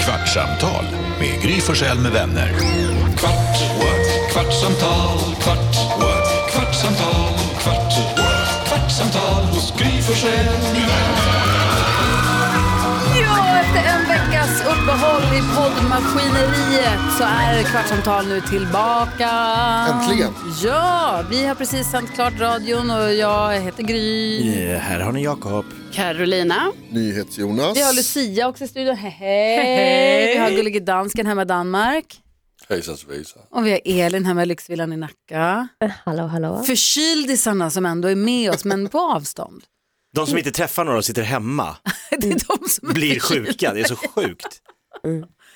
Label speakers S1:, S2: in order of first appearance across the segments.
S1: Kvartsamtal med Gry Forssell med vänner. Kvart, what? kvartsamtal, kvart, what? kvartsamtal, kvart, what? kvartsamtal hos Gry Forssell med vänner.
S2: Ja, efter en veckas uppehåll i poddmaskineriet så är Kvartsamtal nu tillbaka.
S3: Äntligen.
S2: Ja, vi har precis sänt klart radion och jag heter Gry.
S4: Eh, Här har ni Jakob.
S5: Carolina.
S3: NyhetsJonas.
S2: Vi har Lucia också i studion. Hej, hej. Vi har Gullige Dansken hemma i Danmark.
S6: Hejsan svejsan.
S2: Och vi har Elin hemma i lyxvillan i Nacka.
S7: Hallå, hallå.
S2: Förkyldisarna som ändå är med oss men på avstånd.
S4: De som inte träffar några och sitter hemma
S2: Det är de som är
S4: blir
S2: förkylda.
S4: sjuka, det är så sjukt.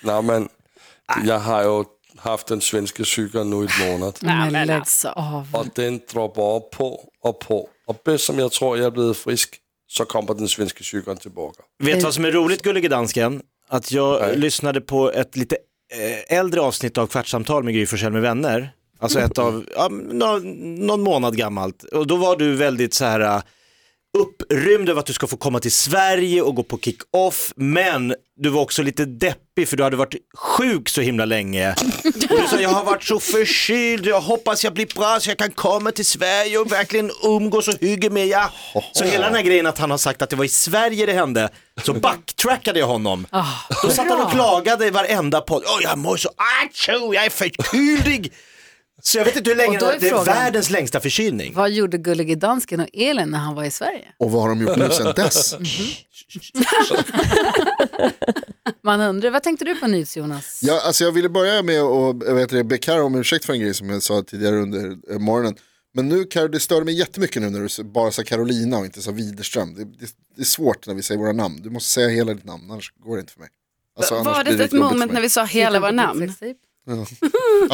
S6: Nej men, jag har ju haft den svenska cykeln nu i en månad
S2: Nej,
S5: men
S2: lägg
S5: alltså.
S2: av.
S6: och den droppar av på och på. Och bäst som jag tror jag är blivit frisk så kommer den svenska cykeln tillbaka.
S4: Vet du vad som är roligt gullige dansken? Att jag
S6: Nej.
S4: lyssnade på ett lite eh, äldre avsnitt av Kvartsamtal med Gry Forssell med vänner. Alltså ett av, ja, nå- någon månad gammalt. Och då var du väldigt så här eh, upprymd över att du ska få komma till Sverige och gå på kick-off. Men du var också lite deppig för du hade varit sjuk så himla länge. Och du sa jag har varit så förkyld, jag hoppas jag blir bra så jag kan komma till Sverige och verkligen umgås och hygge med er. Så hela den här grejen att han har sagt att det var i Sverige det hände, så backtrackade jag honom.
S2: Ah.
S4: Då satt han och klagade i varenda podd, Åh jag mår så, atjo, jag är förkyld. Så jag vet inte hur länge,
S2: Och då är
S4: det är
S2: frågan-
S4: världens längsta förkylning.
S2: Vad gjorde Gullige Dansken och Elin när han var i Sverige?
S3: Och vad har de gjort nu sen dess?
S2: Man undrar, vad tänkte du på nyhets Jonas?
S3: Ja, alltså jag ville börja med att vet det, be Karo om ursäkt för en grej som jag sa tidigare under eh, morgonen. Men nu Karo, det stör mig jättemycket nu när du s- bara sa Carolina och inte sa Widerström. Det, det, det är svårt när vi säger våra namn. Du måste säga hela ditt namn, annars går det inte för mig. Alltså, annars blir
S5: Var det ett
S3: jobbigt för
S5: moment när
S3: mig.
S5: vi sa hela våra namn?
S3: Ja,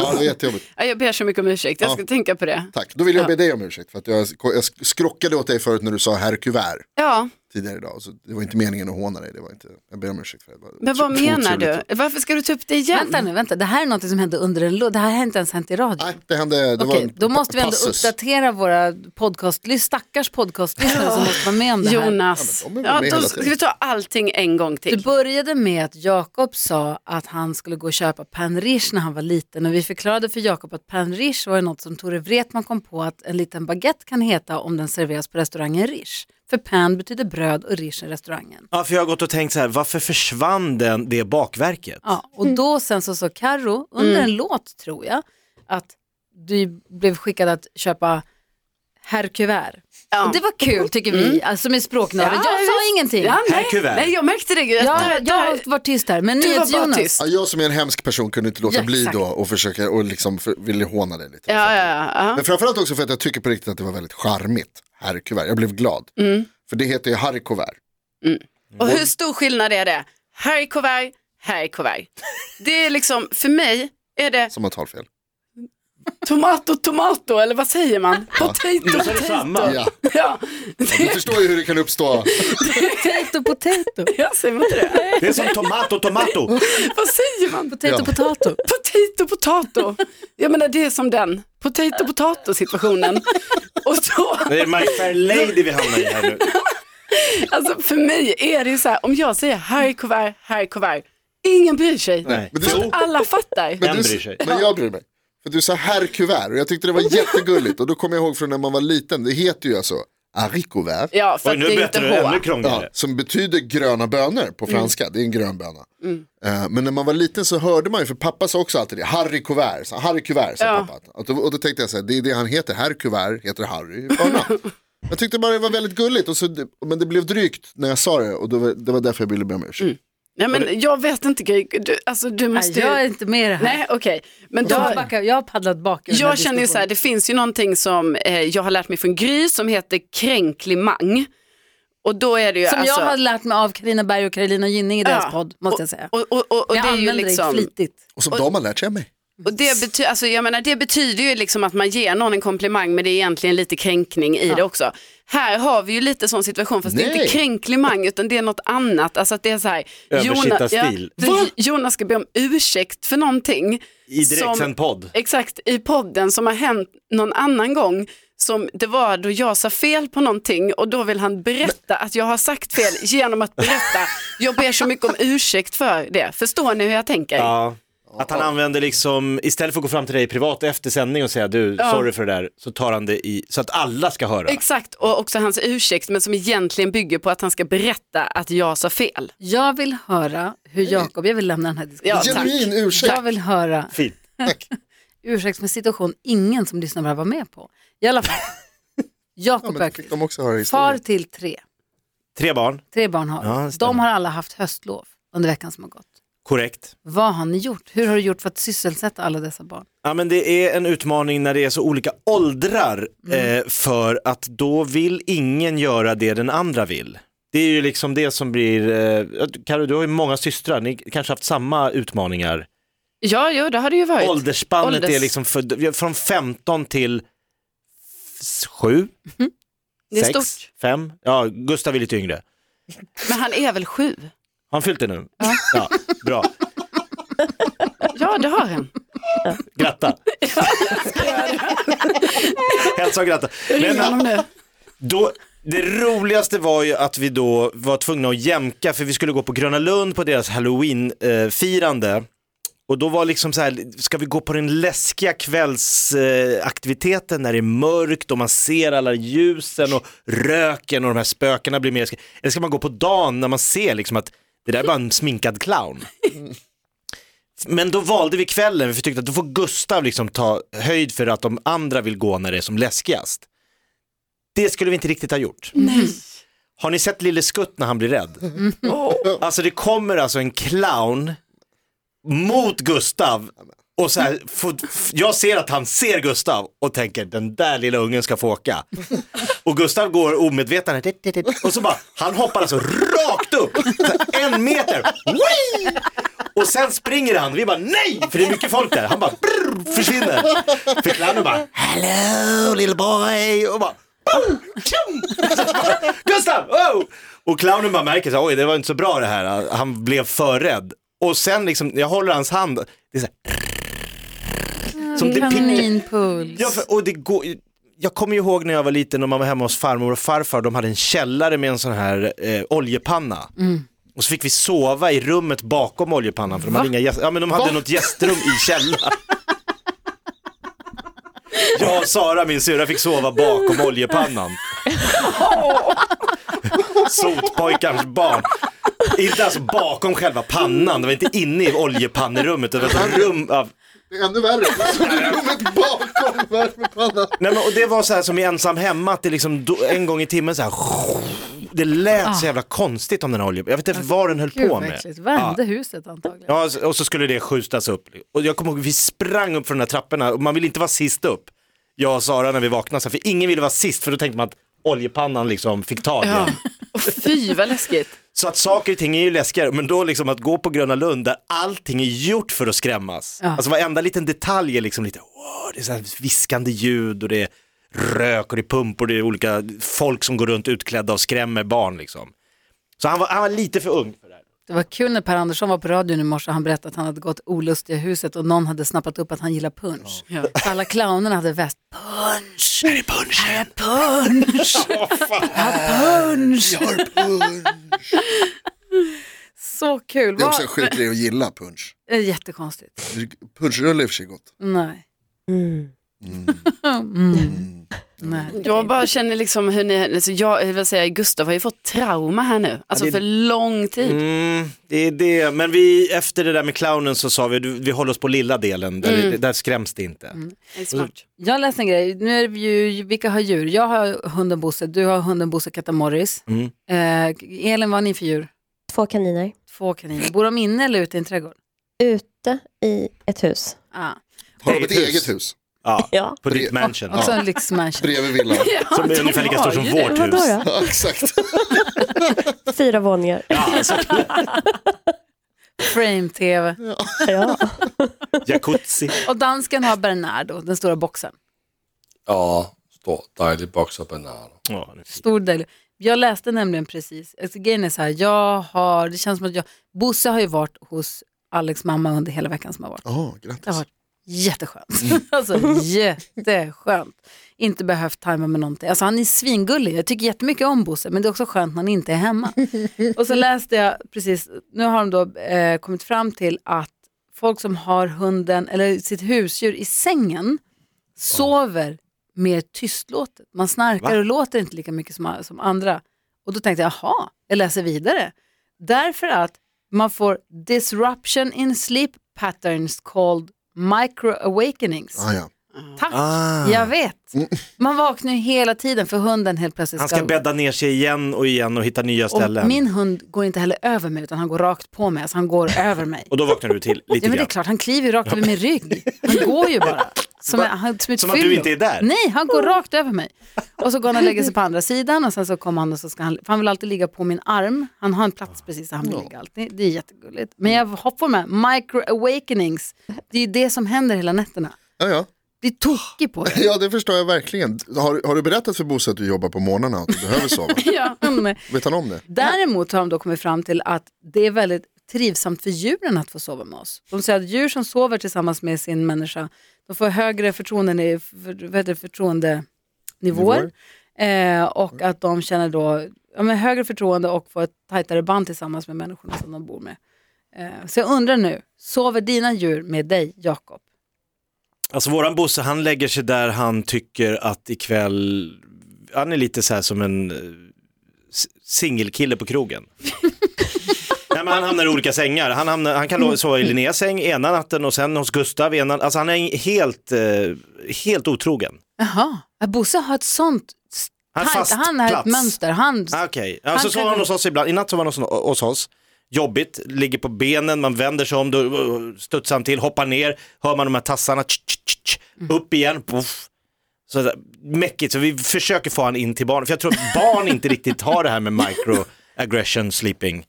S3: det var jättejobbigt.
S5: Ja, Jag ber så mycket om ursäkt, jag ska tänka på det.
S3: Tack, då vill jag be dig om ursäkt för att jag, jag skrockade åt dig förut när du sa herr kuvert
S5: Ja,
S3: tidigare idag. Så det var inte meningen att håna dig, det var inte, jag ber om ursäkt för det. det. var
S5: men vad
S3: otro-
S5: menar
S3: otroligt.
S5: du? Varför ska du ta upp det igen?
S2: Vänta nu, vänta. Det här är något som hände under en låt. Det här har inte ens hänt i radio.
S3: Nej, det hände, det var
S2: Okej,
S3: en
S2: då måste vi ändå
S3: passus.
S2: uppdatera våra podcastlys- stackars podcastlyssnare som måste vara med om det här.
S5: Jonas,
S3: Ja, men de är
S5: ja,
S3: med
S5: då
S3: hela
S5: ska
S3: tiden.
S5: vi ta allting en gång
S2: Du
S5: till.
S2: började med att Jakob sa att han skulle gå och köpa panrish när han var liten och vi förklarade för Jakob att panrish var ju något som Tore Wretman kom på att en liten baguette kan heta om den serveras på restaurangen Rish. För pan betyder bröd och rish är restaurangen.
S4: Ja, för jag har gått och tänkt så här, varför försvann den, det bakverket?
S2: Ja, och
S5: Mm.
S2: då sen så sa Karo under en låt tror jag, att du blev skickad att köpa herrkuvert.
S5: Ja. Mm.
S2: Och det var kul tycker vi, alltså, som är språknörd.
S5: Ja,
S2: jag sa
S5: visst.
S2: ingenting.
S5: Ja, nej,
S4: Här kuvert.
S5: nej, jag märkte det. Gud.
S2: Jag,
S5: Där-
S2: jag
S5: där-
S2: har varit tyst här, men
S5: du var bara
S2: NyhetsJonas.
S5: tyst.
S3: Ja, jag som är en hemsk person kunde inte låta
S2: Ja,
S3: bli
S2: exakt.
S3: då och försöka och liksom för, ville håna dig lite.
S5: Ja, ja, ja.
S3: Men framförallt också för att jag tycker på riktigt att det var väldigt charmigt. Herrkuvert, jag blev glad. För det heter ju harrikuvert.
S5: Och hur stor skillnad är det? Här är kuvert, här är kuvert. Det är liksom, för mig är det
S3: som har talfel.
S5: tomato, tomato, eller vad säger man? Potato,
S4: Så är det
S5: potato.
S4: samma.
S3: Ja.
S5: Ja,
S3: Du förstår ju hur det kan uppstå.
S2: Potato, potato.
S5: jag säger inte det.
S4: Det är som tomato, tomato.
S5: Vad säger man?
S2: Potato,
S3: Ja.
S2: potato.
S5: Potato, potato. Jag menar det är som den. Potato, potato situationen. Och så,
S4: Det är My Fair Lady vi hamnar i här nu.
S5: alltså för mig är det ju så här, om jag säger här är kuvert, här är kuvert, ingen bryr sig.
S4: Nej.
S3: Men du,
S5: Alla fattar.
S4: Den
S3: men,
S4: bryr
S3: du,
S4: sig.
S3: men jag bryr mig. För du sa herrkuvert och jag tyckte det var jättegulligt. Och då kommer jag ihåg från när man var liten, det heter ju alltså harrikuvert.
S5: Ja, för
S4: Oj,
S5: att
S4: nu
S5: det är
S4: berättar
S5: inte
S4: du ännu
S5: H.
S3: Ja,
S4: krångligare.
S3: som betyder gröna bönor på franska, det är en grön böna. Eh, Men när man var liten så hörde man ju, för pappa sa också alltid det, Harry Kuvert, sa, Harry Kuvert sa pappa. Och då, och då tänkte jag så här, det är det han heter, Herr Kuvert heter Harry böna. jag tyckte bara det var väldigt gulligt, och så, men det blev drygt när jag sa det och då, var- det var därför jag ville be om ursäkt.
S5: Nej men jag vet inte Gry, du, alltså du måste
S2: Nej,
S5: ju...
S2: jag är inte med i det här.
S5: Nej okej, men
S2: Jag, har
S5: då,
S2: backat- jag har paddlat bak. i den här
S5: jag känner ju så här,
S2: diskussionen.
S5: det finns ju någonting som eh, jag har lärt mig från Gry som heter kränklimang. Och då är det ju
S2: Som
S5: alltså...
S2: jag har lärt mig av Karina Berg och Karolina Gynning i deras
S5: Ja.
S2: podd, måste jag säga.
S5: Och, och, och, och, och
S2: jag
S5: det är ju
S2: använder det
S5: liksom...
S2: flitigt.
S3: Och som de har lärt sig av mig.
S5: Och det, bety- alltså, jag menar, det betyder ju liksom att man ger någon en komplimang men det är egentligen lite kränkning i det också. Här har vi ju lite sån situation fast det är
S3: Nej.
S5: inte kränklimang utan det är något annat. Alltså att det är så här,
S4: Översittarstil.
S5: Ja, du, Jonas ska be om ursäkt för någonting.
S4: I direktsänd podd.
S5: Exakt, i podden som har hänt någon annan gång som det var då jag sa fel på någonting och då vill han berätta att jag har sagt fel genom att berätta. Jag ber så mycket om ursäkt för det. Förstår ni hur jag tänker?
S4: Ja. Att han använder liksom, istället för att gå fram till dig privat efter sändning och säga du, sorry för det där, så tar han det i, så att alla ska höra.
S5: Exakt, och också hans ursäkt men som egentligen bygger på att han ska berätta att jag sa fel.
S2: Jag vill höra hur Jakob, jag vill lämna den här diskussionen.
S5: Ja, tack.
S3: Genuin ursäkt.
S2: Jag vill höra
S4: Fint.
S3: Tack.
S2: ursäkt med situation ingen som lyssnar på det här var med på. I alla fall,
S3: Ja,
S2: Jakob
S3: men då fick
S2: Öqvist,
S3: de också höra
S2: far
S3: historien.
S2: till tre,
S4: Tre barn,
S2: tre barn har
S4: Ja, det
S2: du.
S4: stämmer.
S2: De har alla haft höstlov under veckan som har gått.
S4: korrekt.
S2: Vad har ni gjort? Hur har du gjort för att sysselsätta alla dessa barn?
S4: Ja men det är en utmaning när det är så olika åldrar
S5: Mm.
S4: eh, för att då vill ingen göra det den andra vill. Det är ju liksom det som blir, eh, Karo du har ju många systrar, ni kanske haft samma utmaningar.
S5: Ja, jo, det har det ju varit.
S4: Åldersspannet
S5: Ålders-
S4: är liksom för, från 15 till 7,
S5: Mhm. det är
S4: 6,
S5: stort.
S4: 5, ja Gustav är lite yngre.
S5: Men han är väl sju?
S4: Har han fyllt det nu? Ja. bra.
S5: Ja, det har han.
S4: Gratta. Hälsa och gratta. Men, Då, det roligaste var ju att vi då var tvungna att jämka för vi skulle gå på Gröna Lund på deras halloween-firande. Och då var liksom så här, ska vi gå på den läskiga kvällsaktiviteten när det är mörkt och man ser alla ljusen och röken och de här spökena blir mer läskiga? Eller ska man gå på dagen när man ser liksom att det där är bara en sminkad clown? Men då valde vi kvällen, för vi tyckte att då får Gustav liksom ta höjd för att de andra vill gå när det är som läskigast. Det skulle vi inte riktigt ha gjort.
S5: Nej.
S4: Har ni sett Lille Skutt när han blir rädd? Alltså det kommer alltså en clown mot Gustav och så här, får- f- jag ser att han ser Gustav och tänker den där lilla ungen ska få åka. Och Gustav går omedveten och så bara, han hoppar alltså rakt upp, så här, en meter, Whee! och sen springer han, vi bara nej, för det är mycket folk där. Han bara brrr, försvinner. För clownen bara, hello little boy, och bara, "Oh, tjum!" Så bara, Gustav, oh! Och clownen bara märker så här, oj det var inte så bra det här, han blev för rädd. Och sen liksom, jag håller hans hand, det är så
S2: Mm.
S4: här, som det pickar-
S2: Kaninpuls.
S4: Ja, för, och det går, jag kommer ju ihåg när jag var liten och man var hemma hos farmor och farfar, de hade en källare med en sån här eh, oljepanna. Och så fick vi sova i rummet bakom oljepannan för de hade inga gäster, ja men de hade något gästrum i källaren. Jag och Sara, min syrra, fick sova bakom oljepannan. Sotpojkarns barn. Inte alltså bakom själva pannan, det var inte inne i oljepannerummet, utan det var ett rum av
S3: Det är ännu värre. Så det är rummet bakom värmepannan.
S4: Nej, men, och det var så här som i ensam hemma, att det liksom do, en gång i timmen så här, det lät så jävla konstigt om den här oljan. Jag vet inte vad den höll
S2: Ah. Alltså, Gud
S4: på
S2: vad
S4: med.
S2: äckligt, värmde huset antagligen.
S4: Ja, så- och så skulle det skjutas upp. Och jag kommer ihåg, vi sprang upp för de här trapporna och man vill inte vara sist upp. Jag och Sara när vi vaknade, så här, för ingen ville vara sist för då tänkte man att oljepannan liksom fick tag i en.
S5: Ja. Och fy vad läskigt.
S4: Så att saker och ting är ju läskigare, men då liksom att gå på Gröna Lund där allting är gjort för att skrämmas. Alltså varenda liten detalj är liksom lite, wow, det är så här viskande ljud och det är rök och det är pumpor, det är olika folk som går runt utklädda och skrämmer barn liksom. Så han var, han var lite för ung för det här.
S2: Det var kul när Per Andersson var på radion i morse och han berättade att han hade gått olustiga huset och någon hade snappat upp att han gillar punch. Så alla clownerna hade väst. Punch! Här är punch! Här är punch! Här är punch!
S3: Jag har punch.
S2: Så kul!
S3: Det är
S2: Vad...
S3: också en sjuk grej att gilla punch.
S2: Det är jättekonstigt.
S3: Punchrulle är i och för sig gott.
S2: Nej. Mm. Nej.
S5: Jag bara känner liksom hur ni, alltså jag, jag vill säga, Gustav har ju fått trauma här nu, alltså
S4: Ja, det-
S5: för lång tid.
S4: Mm, det är det, men vi, efter det där med clownen så sa vi, du, vi håller oss på lilla delen, där, där skräms det inte.
S5: Det är smart.
S2: Jag läste en grej, nu är vi ju, vilka har djur? Jag har hunden Bosse, du har hunden Bosse Katamorris.
S4: Mm.
S2: Eh, Elin, vad har ni för djur?
S7: Två kaniner
S2: Två kaniner. Bor de inne eller ute i en trädgård?
S7: ute i ett hus.
S2: Ah.
S3: Har
S4: Det är
S3: de ett
S4: ett hus.
S3: eget hus?
S4: Ja,
S7: Ja.
S4: på ditt mansion.
S2: Också
S4: Ja.
S2: en lyxmansion.
S3: Bredvid villan?
S4: Som är ungefär lika stor som vårt
S7: Eh, Vadå
S4: hus.
S7: då?
S3: Ja, exakt.
S7: Fyra våningar.
S4: Ja, så,
S2: Frame-tv.
S7: Ja.
S4: jacuzzi.
S2: Och dansken har Bernardo, den stora boxen.
S6: Ja, stor dejlig box av bananer.
S4: Ja, det är fint.
S2: Stor del. Jag läste nämligen precis, alltså, grejen är så här, jag har, det känns som att jag, Bosse har ju varit hos Alex mamma under hela veckan som har varit.
S3: Ja,
S2: Det har
S3: grattis.
S2: varit jätteskönt. alltså jätteskönt. Inte behövt tajma med någonting. Alltså han är svingullig, jag tycker jättemycket om Bosse men det är också skönt när han inte är hemma. och så läste jag precis, nu har de då eh, kommit fram till att folk som har hunden eller sitt husdjur i sängen sover mer tystlåtet. Man snarkar
S4: Va?
S2: och låter inte lika mycket som, som andra. Och då tänkte jag, jaha, jag läser vidare. Därför att man får disruption in sleep patterns called micro-awakenings.
S3: Ah, ja.
S2: Tack,
S4: Ah.
S2: jag vet. Man vaknar ju hela tiden för hunden helt plötsligt
S4: Han ska bädda ner sig igen och igen och hitta nya
S2: och
S4: ställen.
S2: min hund går inte heller över mig utan han går rakt på mig, alltså han går över mig.
S4: Och då vaknar du till lite
S2: Ja, men det är
S4: grann.
S2: klart, han kliver ju rakt över min rygg. Han går ju bara. Som, en- han, som, ett
S4: Som att du
S2: fyllo.
S4: inte är där. Oh.
S2: Nej, han går rakt över mig. Och så går han och lägger sig på andra sidan och sen så kommer han och så ska han, för han vill alltid ligga på min arm. Han har en plats precis där han vill ligga alltid. Det är jättegulligt. Men jag har- får med micro-awakenings. Det är ju det som händer hela nätterna.
S3: Ja, ja.
S2: Blir tokig på det.
S3: ja, det förstår jag verkligen. Har, har du berättat för Bosse att du jobbar på morgnarna och att du behöver sova?
S5: Mm.
S2: Ja. men-
S3: Vet han om det?
S2: Däremot har de då kommit fram till att det är väldigt trivsamt för djuren att få sova med oss. De säger att djur som sover tillsammans med sin människa, de får högre förtroende, för, vad heter det, förtroendenivåer eh, och att de känner då ja, men högre förtroende och får ett tajtare band tillsammans med människorna som de bor med. Eh, så jag undrar nu, sover dina djur med dig, Jakob?
S4: Alltså våran Bosse, han lägger sig där han tycker att ikväll, han är lite så här som en eh, s- singelkille på krogen. Nej, men han hamnar i olika sängar. Han, hamnar, han kan lo- sova i Linneas säng ena natten och sen hos Gustav ena. Alltså han är helt, eh, helt otrogen.
S2: Jaha, ja, Bosse har ett sånt,
S4: Han har
S2: tajt-
S4: fast
S2: han har ett
S4: plats.
S2: mönster. Han,
S4: Ah, Okej, ja,
S2: Han
S4: så
S2: kan
S4: sover han
S2: gå-
S4: hos oss ibland. I natt sov han hos, hos oss. Jobbigt, ligger på benen, man vänder sig om, då uh, studsar han till, hoppar ner, hör man de här tassarna, tsch, tsch, tsch, tsch,
S2: Mm.
S4: upp igen, poff. Så där, mäckigt, så vi försöker få han in till barn. För jag tror att barn inte riktigt har det här med microaggression sleeping.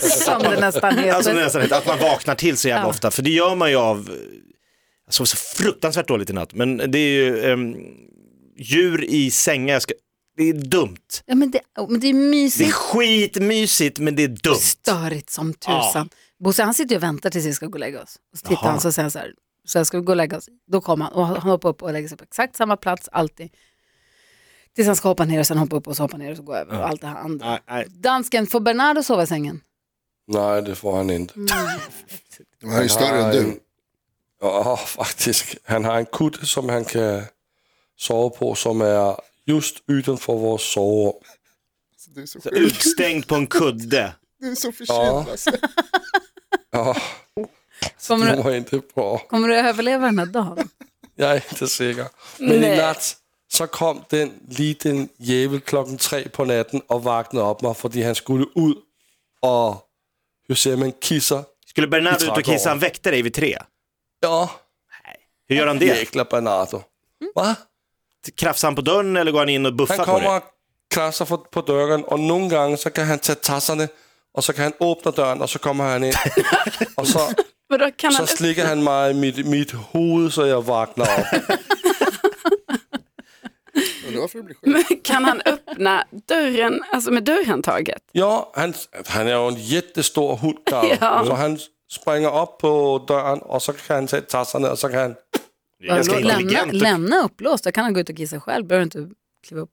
S2: som det nästan heter.
S4: Alltså nästan inte, att man vaknar till så jävla ofta. För det gör man ju av, jag sov så fruktansvärt dåligt i natt, men det är ju ehm, djur i sängar, jag ska, det är dumt.
S2: ja, men, det, men det är
S4: Det
S2: mysigt.
S4: är skitmysigt men det är dumt.
S2: Störigt som tusan. Bosse han sitter ju och väntar tills vi ska gå och lägga oss. Och så tittar
S4: Jaha.
S2: han så säger han så här, så här ska vi gå och lägga oss. Då kommer han och han hoppar upp och lägger sig på exakt samma plats alltid. Tills han ska hoppa ner och sen hoppa upp och så hoppa ner och så gå över och allt det här andra.
S4: Nej, nej.
S2: Dansken, får Bernardo sova i sängen?
S6: Nej, det får han inte.
S3: Han är ju större än
S6: en-
S3: du.
S6: Ja, faktisk. Han har en kudde, som han kan sove på, som är just utanför vårt sovrum.
S3: Du är så,
S4: Utstängd på en kudde.
S3: du är så alltså. förkyld.
S6: Ja.
S3: Lasse.
S6: Ja,
S2: Kommer
S6: det
S2: du,
S6: var inte bra.
S2: kommer du överleva den här dagen?
S6: Jag är inte säker. Men i natt så kom den liten jävel klockan tre på natten och vaknade upp mig för han skulle ut och, hur säger man, kissa.
S4: Skulle Bernardo ut och
S6: Traktor.
S4: kissa, han väckte dig vid tre.
S6: Ja,
S4: Hur gör han det?
S6: jäkla Bernardo. Va?
S4: Krafsar han på dörren eller går han in och buffar
S6: Han
S4: på
S6: kommer
S4: dig?
S6: och krasser på- på dörren och någon gång så kan han ta tassarna och så kan han öppna dörren och så kommer han in. och så,
S5: Men då kan
S6: så
S5: han...
S6: slickar han mig i mitt, mitt huvud så jag vaknar upp.
S3: Undrar varför du blir sjuk.
S5: Kan han öppna dörren, alltså med dörrhandtaget?
S6: Ja, han, han är ju en jättestor hund Karl.
S5: Ja.
S6: Så han springer upp på dörren och så kan han ta tassarna och så kan han...
S4: Det är ganska
S2: lämna,
S4: intelligent. Och...
S2: lämna upplåst, då kan han gå ut och kissa själv. Behöver inte kliva upp.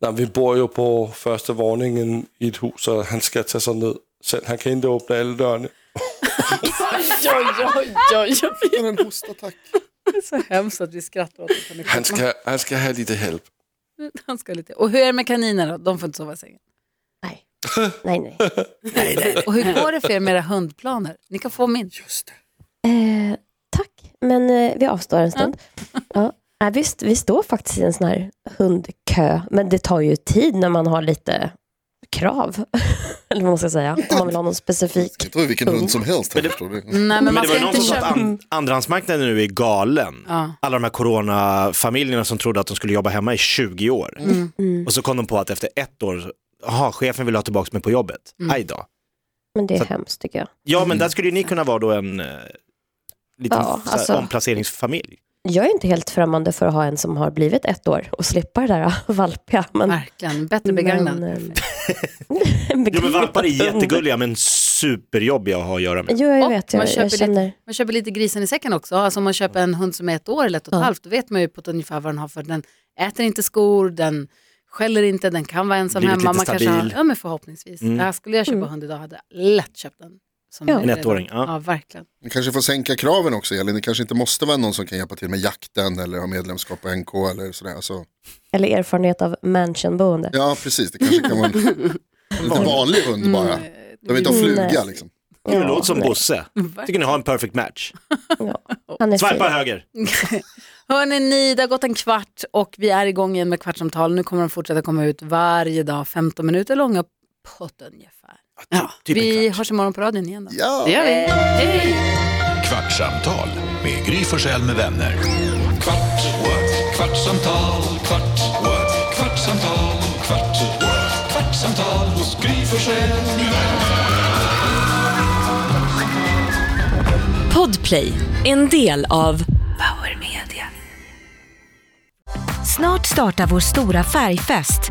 S6: Nej, vi bor ju på första våningen i ett hus så han ska ta sig ner. Sen, han kan inte öppna alla dörrarna.
S5: Oj, oj, oj, oj, oj.
S3: Han har en hostattack.
S2: Det är så hemskt att vi skrattar åt det.
S6: Han ska, han ska ha lite hjälp.
S2: Han ska lite. Och hur är det med kaniner då? De får inte sova i sängen.
S7: Nej. Nej, nej.
S2: Och hur går det för er med era hundplaner? Ni kan få min.
S7: Eh, tack, men eh, vi avstår en stund. Ja. Nej, vi, st- vi står faktiskt i en sån här hundkö, men det tar ju tid när man har lite krav. Eller vad man ska säga, om man vill ha någon
S3: Det
S7: specifik.
S3: kan vara vilken hund som helst. här, förstår du.
S2: Nej, men
S4: Men
S2: man
S4: det var
S2: ska
S4: ju någon
S2: inte
S4: som sa
S2: köpa...
S4: att an- andrahandsmarknaden nu är galen.
S2: Ja.
S4: Alla de här coronafamiljerna som trodde att de skulle jobba hemma i 20 år.
S7: Mm.
S4: Och så kom de på att efter ett år, jaha, chefen vill ha tillbaka mig på jobbet.
S2: Mm.
S4: Aj då.
S7: Men det är
S4: Så-
S7: hemskt tycker jag.
S4: Ja, men där skulle ju ni kunna vara då en eh, liten
S7: Ja,
S4: så här,
S7: alltså-
S4: omplaceringsfamilj.
S7: Jag är inte helt främmande för att ha en som har blivit ett år och slippa det där valpiga. Men,
S2: Verkligen, bättre begagnad.
S7: Men, eh,
S4: Jo men valpar är jättegulliga men superjobbiga att ha att göra med.
S7: Jo, jag
S2: Och
S7: vet.
S2: man
S7: Jag,
S2: köper
S7: jag
S2: lite-
S7: känner.
S2: Man köper lite grisen i säcken också. Alltså om man köper en hund som är ett år eller ett och ett
S7: Ja.
S2: halvt, då vet man ju på ett ungefär vad den har för den äter inte skor, den skäller inte, den kan vara ensam
S4: Blivit
S2: hemma.
S4: lite
S2: Man kanske har,
S4: stabil.
S2: ja men förhoppningsvis.
S4: Mm.
S2: Ja, skulle jag köpa
S7: Mm.
S2: hund idag hade jag lätt köpt den. Som
S7: Ja.
S2: är
S7: En
S2: redan-
S4: ettåring, ja.
S2: ja verkligen.
S3: Ni kanske får sänka kraven också Elin. Det kanske inte måste vara någon som kan hjälpa till med jakten eller ha medlemskap på NK eller sådär. Alltså,
S7: Eller erfarenhet av mansionboende.
S3: ja, precis. Det kanske kan vara en, en lite vanlig Mm. hund bara. De vill inte ha fluga
S7: Nej.
S3: liksom.
S4: Du låter som
S7: nej.
S4: Bosse. Tycker ni har en perfect match.
S7: Han är
S4: Swipa
S7: fin.
S4: höger.
S2: Hörrni, ni, det har gått en kvart och vi är igång igen med Kvartsamtal. Nu kommer de fortsätta komma ut varje dag, 15 minuter långa pott ungefär.
S5: Ja.
S4: Typ en
S2: vi
S4: kvart.
S2: hörs imorgon på radion igen då.
S5: Det gör vi. Hej.
S1: Kvartsamtal med Gry Forssell med vänner. Kvart, what? kvartsamtal, kvart, what? kvartsamtal, kvart, what? kvartsamtal hos Gry Forssell med vänner.
S8: Podplay, en del av Power Media.
S9: Snart startar vår stora färgfest